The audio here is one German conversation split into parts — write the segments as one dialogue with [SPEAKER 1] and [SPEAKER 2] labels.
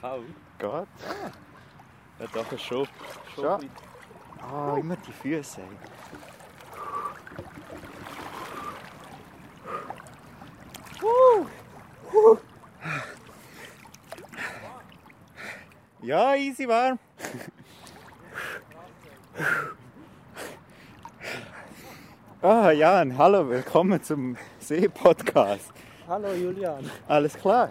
[SPEAKER 1] Kalt.
[SPEAKER 2] Geht?
[SPEAKER 1] Ja, doch, schon. Schon
[SPEAKER 2] Ja.
[SPEAKER 1] ein bisschen.
[SPEAKER 2] Ah, immer die Füße. ey. Ja, easy warm. Ah, Jan, hallo, willkommen zum See-Podcast.
[SPEAKER 1] Hallo Julian.
[SPEAKER 2] Alles klar?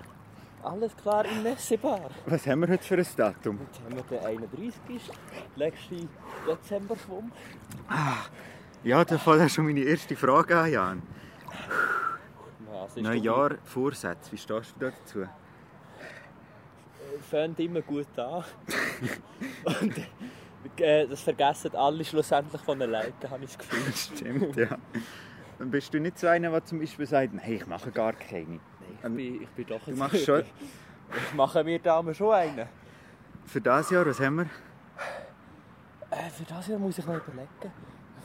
[SPEAKER 1] Alles klar im Messebar.
[SPEAKER 2] Was haben wir heute für ein Datum?
[SPEAKER 1] Jetzt haben wir den 31. ist. Letzte Dezember-Schwumm.
[SPEAKER 2] Ja, da fällt ja schon meine erste Frage an, Jan.
[SPEAKER 1] Ja, es ist doch-
[SPEAKER 2] Neujahr, Vorsätze, wie stehst du da dazu?
[SPEAKER 1] äh, Fängt immer gut an. Und äh, das vergessen alle schlussendlich von alleine, habe ich das Gefühl.
[SPEAKER 2] Stimmt, ja. Dann bist du nicht so einer, der zum Beispiel sagt, nein, ich mache gar keine.
[SPEAKER 1] Ich
[SPEAKER 2] Ähm,
[SPEAKER 1] bin, ich bin doch
[SPEAKER 2] Du machst schon...
[SPEAKER 1] Ich mache mir da mal schon einen.
[SPEAKER 2] Für das Jahr, was haben wir?
[SPEAKER 1] Äh, für das Jahr muss ich noch überlegen.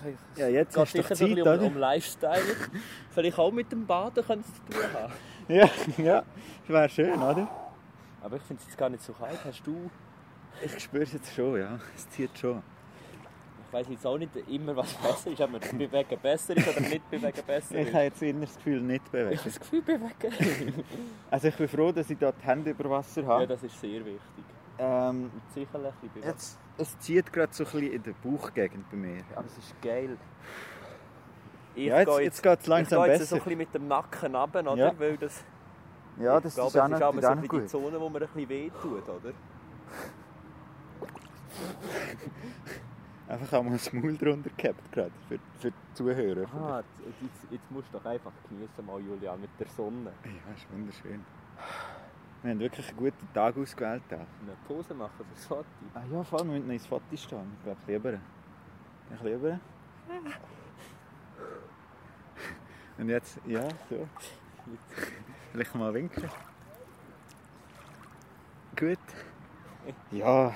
[SPEAKER 1] Ich-
[SPEAKER 2] Ja, jetzt
[SPEAKER 1] geht
[SPEAKER 2] ist doch
[SPEAKER 1] sicher
[SPEAKER 2] Zeit,
[SPEAKER 1] ein bisschen
[SPEAKER 2] oder?
[SPEAKER 1] um, um Lifestyle. Vielleicht auch mit dem Baden könnte es zu tun haben.
[SPEAKER 2] Ja,
[SPEAKER 1] um-
[SPEAKER 2] ja. Das wäre schön, oder?
[SPEAKER 1] Aber ich finde es jetzt gar nicht so kalt. Hast du,
[SPEAKER 2] Ich spüre es jetzt schon, ja. Es zieht schon.
[SPEAKER 1] ich weiß jetzt auch nicht immer, was besser ist, ob man bewegen besser ist oder nicht bewegen besser
[SPEAKER 2] Ich
[SPEAKER 1] ist.
[SPEAKER 2] habe jetzt inner das Gefühl, nicht
[SPEAKER 1] Ich
[SPEAKER 2] bewegt.
[SPEAKER 1] habe das Gefühl, bewegen.
[SPEAKER 2] Also ich bin froh, dass ich da die Hände über Wasser
[SPEAKER 1] ja,
[SPEAKER 2] habe.
[SPEAKER 1] das ist sehr wichtig.
[SPEAKER 2] ähm,
[SPEAKER 1] Und sicher ein bisschen bewegen.
[SPEAKER 2] jetzt, es zieht gerade so ein bisschen in der Bauchgegend bei mir.
[SPEAKER 1] Aber es ist geil. Ich
[SPEAKER 2] Ja, jetzt,
[SPEAKER 1] gehe
[SPEAKER 2] jetzt geht es langsam
[SPEAKER 1] ich gehe jetzt so
[SPEAKER 2] besser.
[SPEAKER 1] ein bisschen mit dem Nacken runter, oder?
[SPEAKER 2] Ja.
[SPEAKER 1] Weil das,
[SPEAKER 2] Ja,
[SPEAKER 1] ich glaube,
[SPEAKER 2] auch
[SPEAKER 1] das ist
[SPEAKER 2] noch-
[SPEAKER 1] auch so
[SPEAKER 2] auch
[SPEAKER 1] ein
[SPEAKER 2] noch
[SPEAKER 1] bisschen die Zone, wo man ein bisschen wehtut, oder?
[SPEAKER 2] Einfach einmal das Maul drunter gehabt gerade, für, für die Zuhörer.
[SPEAKER 1] Ah, jetzt, jetzt, jetzt musst du doch einfach genießen, mal Julian, mit der Sonne.
[SPEAKER 2] Ja, ist wunderschön. Wir haben wirklich einen guten Tag ausgewählt. Auch.
[SPEAKER 1] Eine Pause machen fürs Foto.
[SPEAKER 2] Ah ja, vor allem, wir müssen noch ins Foto stehen. Ich glaube, lieber. Ich lieber. Und jetzt, ja, so.
[SPEAKER 1] Jetzt-
[SPEAKER 2] Vielleicht mal winken. Gut. Ja.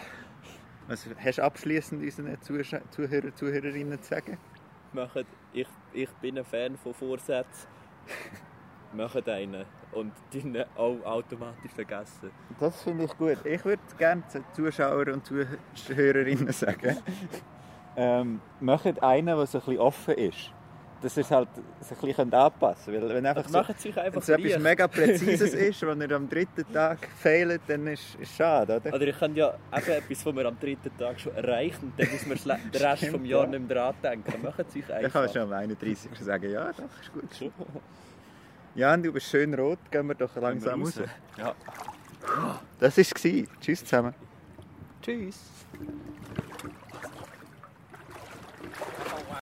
[SPEAKER 2] Was hast du abschließend unseren Zuschau- Zuhörer, Zuhörerinnen zu sagen?
[SPEAKER 1] Macht, ich, ich bin ein Fan von Vorsätzen. Macht einen und den auch automatisch vergessen.
[SPEAKER 2] Das finde ich gut. Ich würde gerne zu Zuschauern und Zuhörerinnen sagen, ähm, macht einen, der so ein bisschen offen ist. Dass ihr es halt so ein bisschen anpassen könnt. Weil wenn einfach
[SPEAKER 1] Also
[SPEAKER 2] so,
[SPEAKER 1] macht sich
[SPEAKER 2] wenn
[SPEAKER 1] einfach
[SPEAKER 2] so etwas
[SPEAKER 1] leicht.
[SPEAKER 2] mega Präzises ist, wenn ihr am dritten Tag fehlt, dann ist es schade, oder?
[SPEAKER 1] Oder ich kann ja eben etwas, was wir am dritten Tag schon erreichen, dann muss man schle- den Rest
[SPEAKER 2] Stimmt,
[SPEAKER 1] vom Jahr
[SPEAKER 2] ja.
[SPEAKER 1] nicht mehr dran denken. Macht sich
[SPEAKER 2] Dann kannst du
[SPEAKER 1] einfach.
[SPEAKER 2] am 31. sagen, ja, doch, ist gut. Jan, du bist schön rot, gehen wir doch langsam raus.
[SPEAKER 1] Ja.
[SPEAKER 2] Das war es. Tschüss zusammen.
[SPEAKER 1] Tschüss.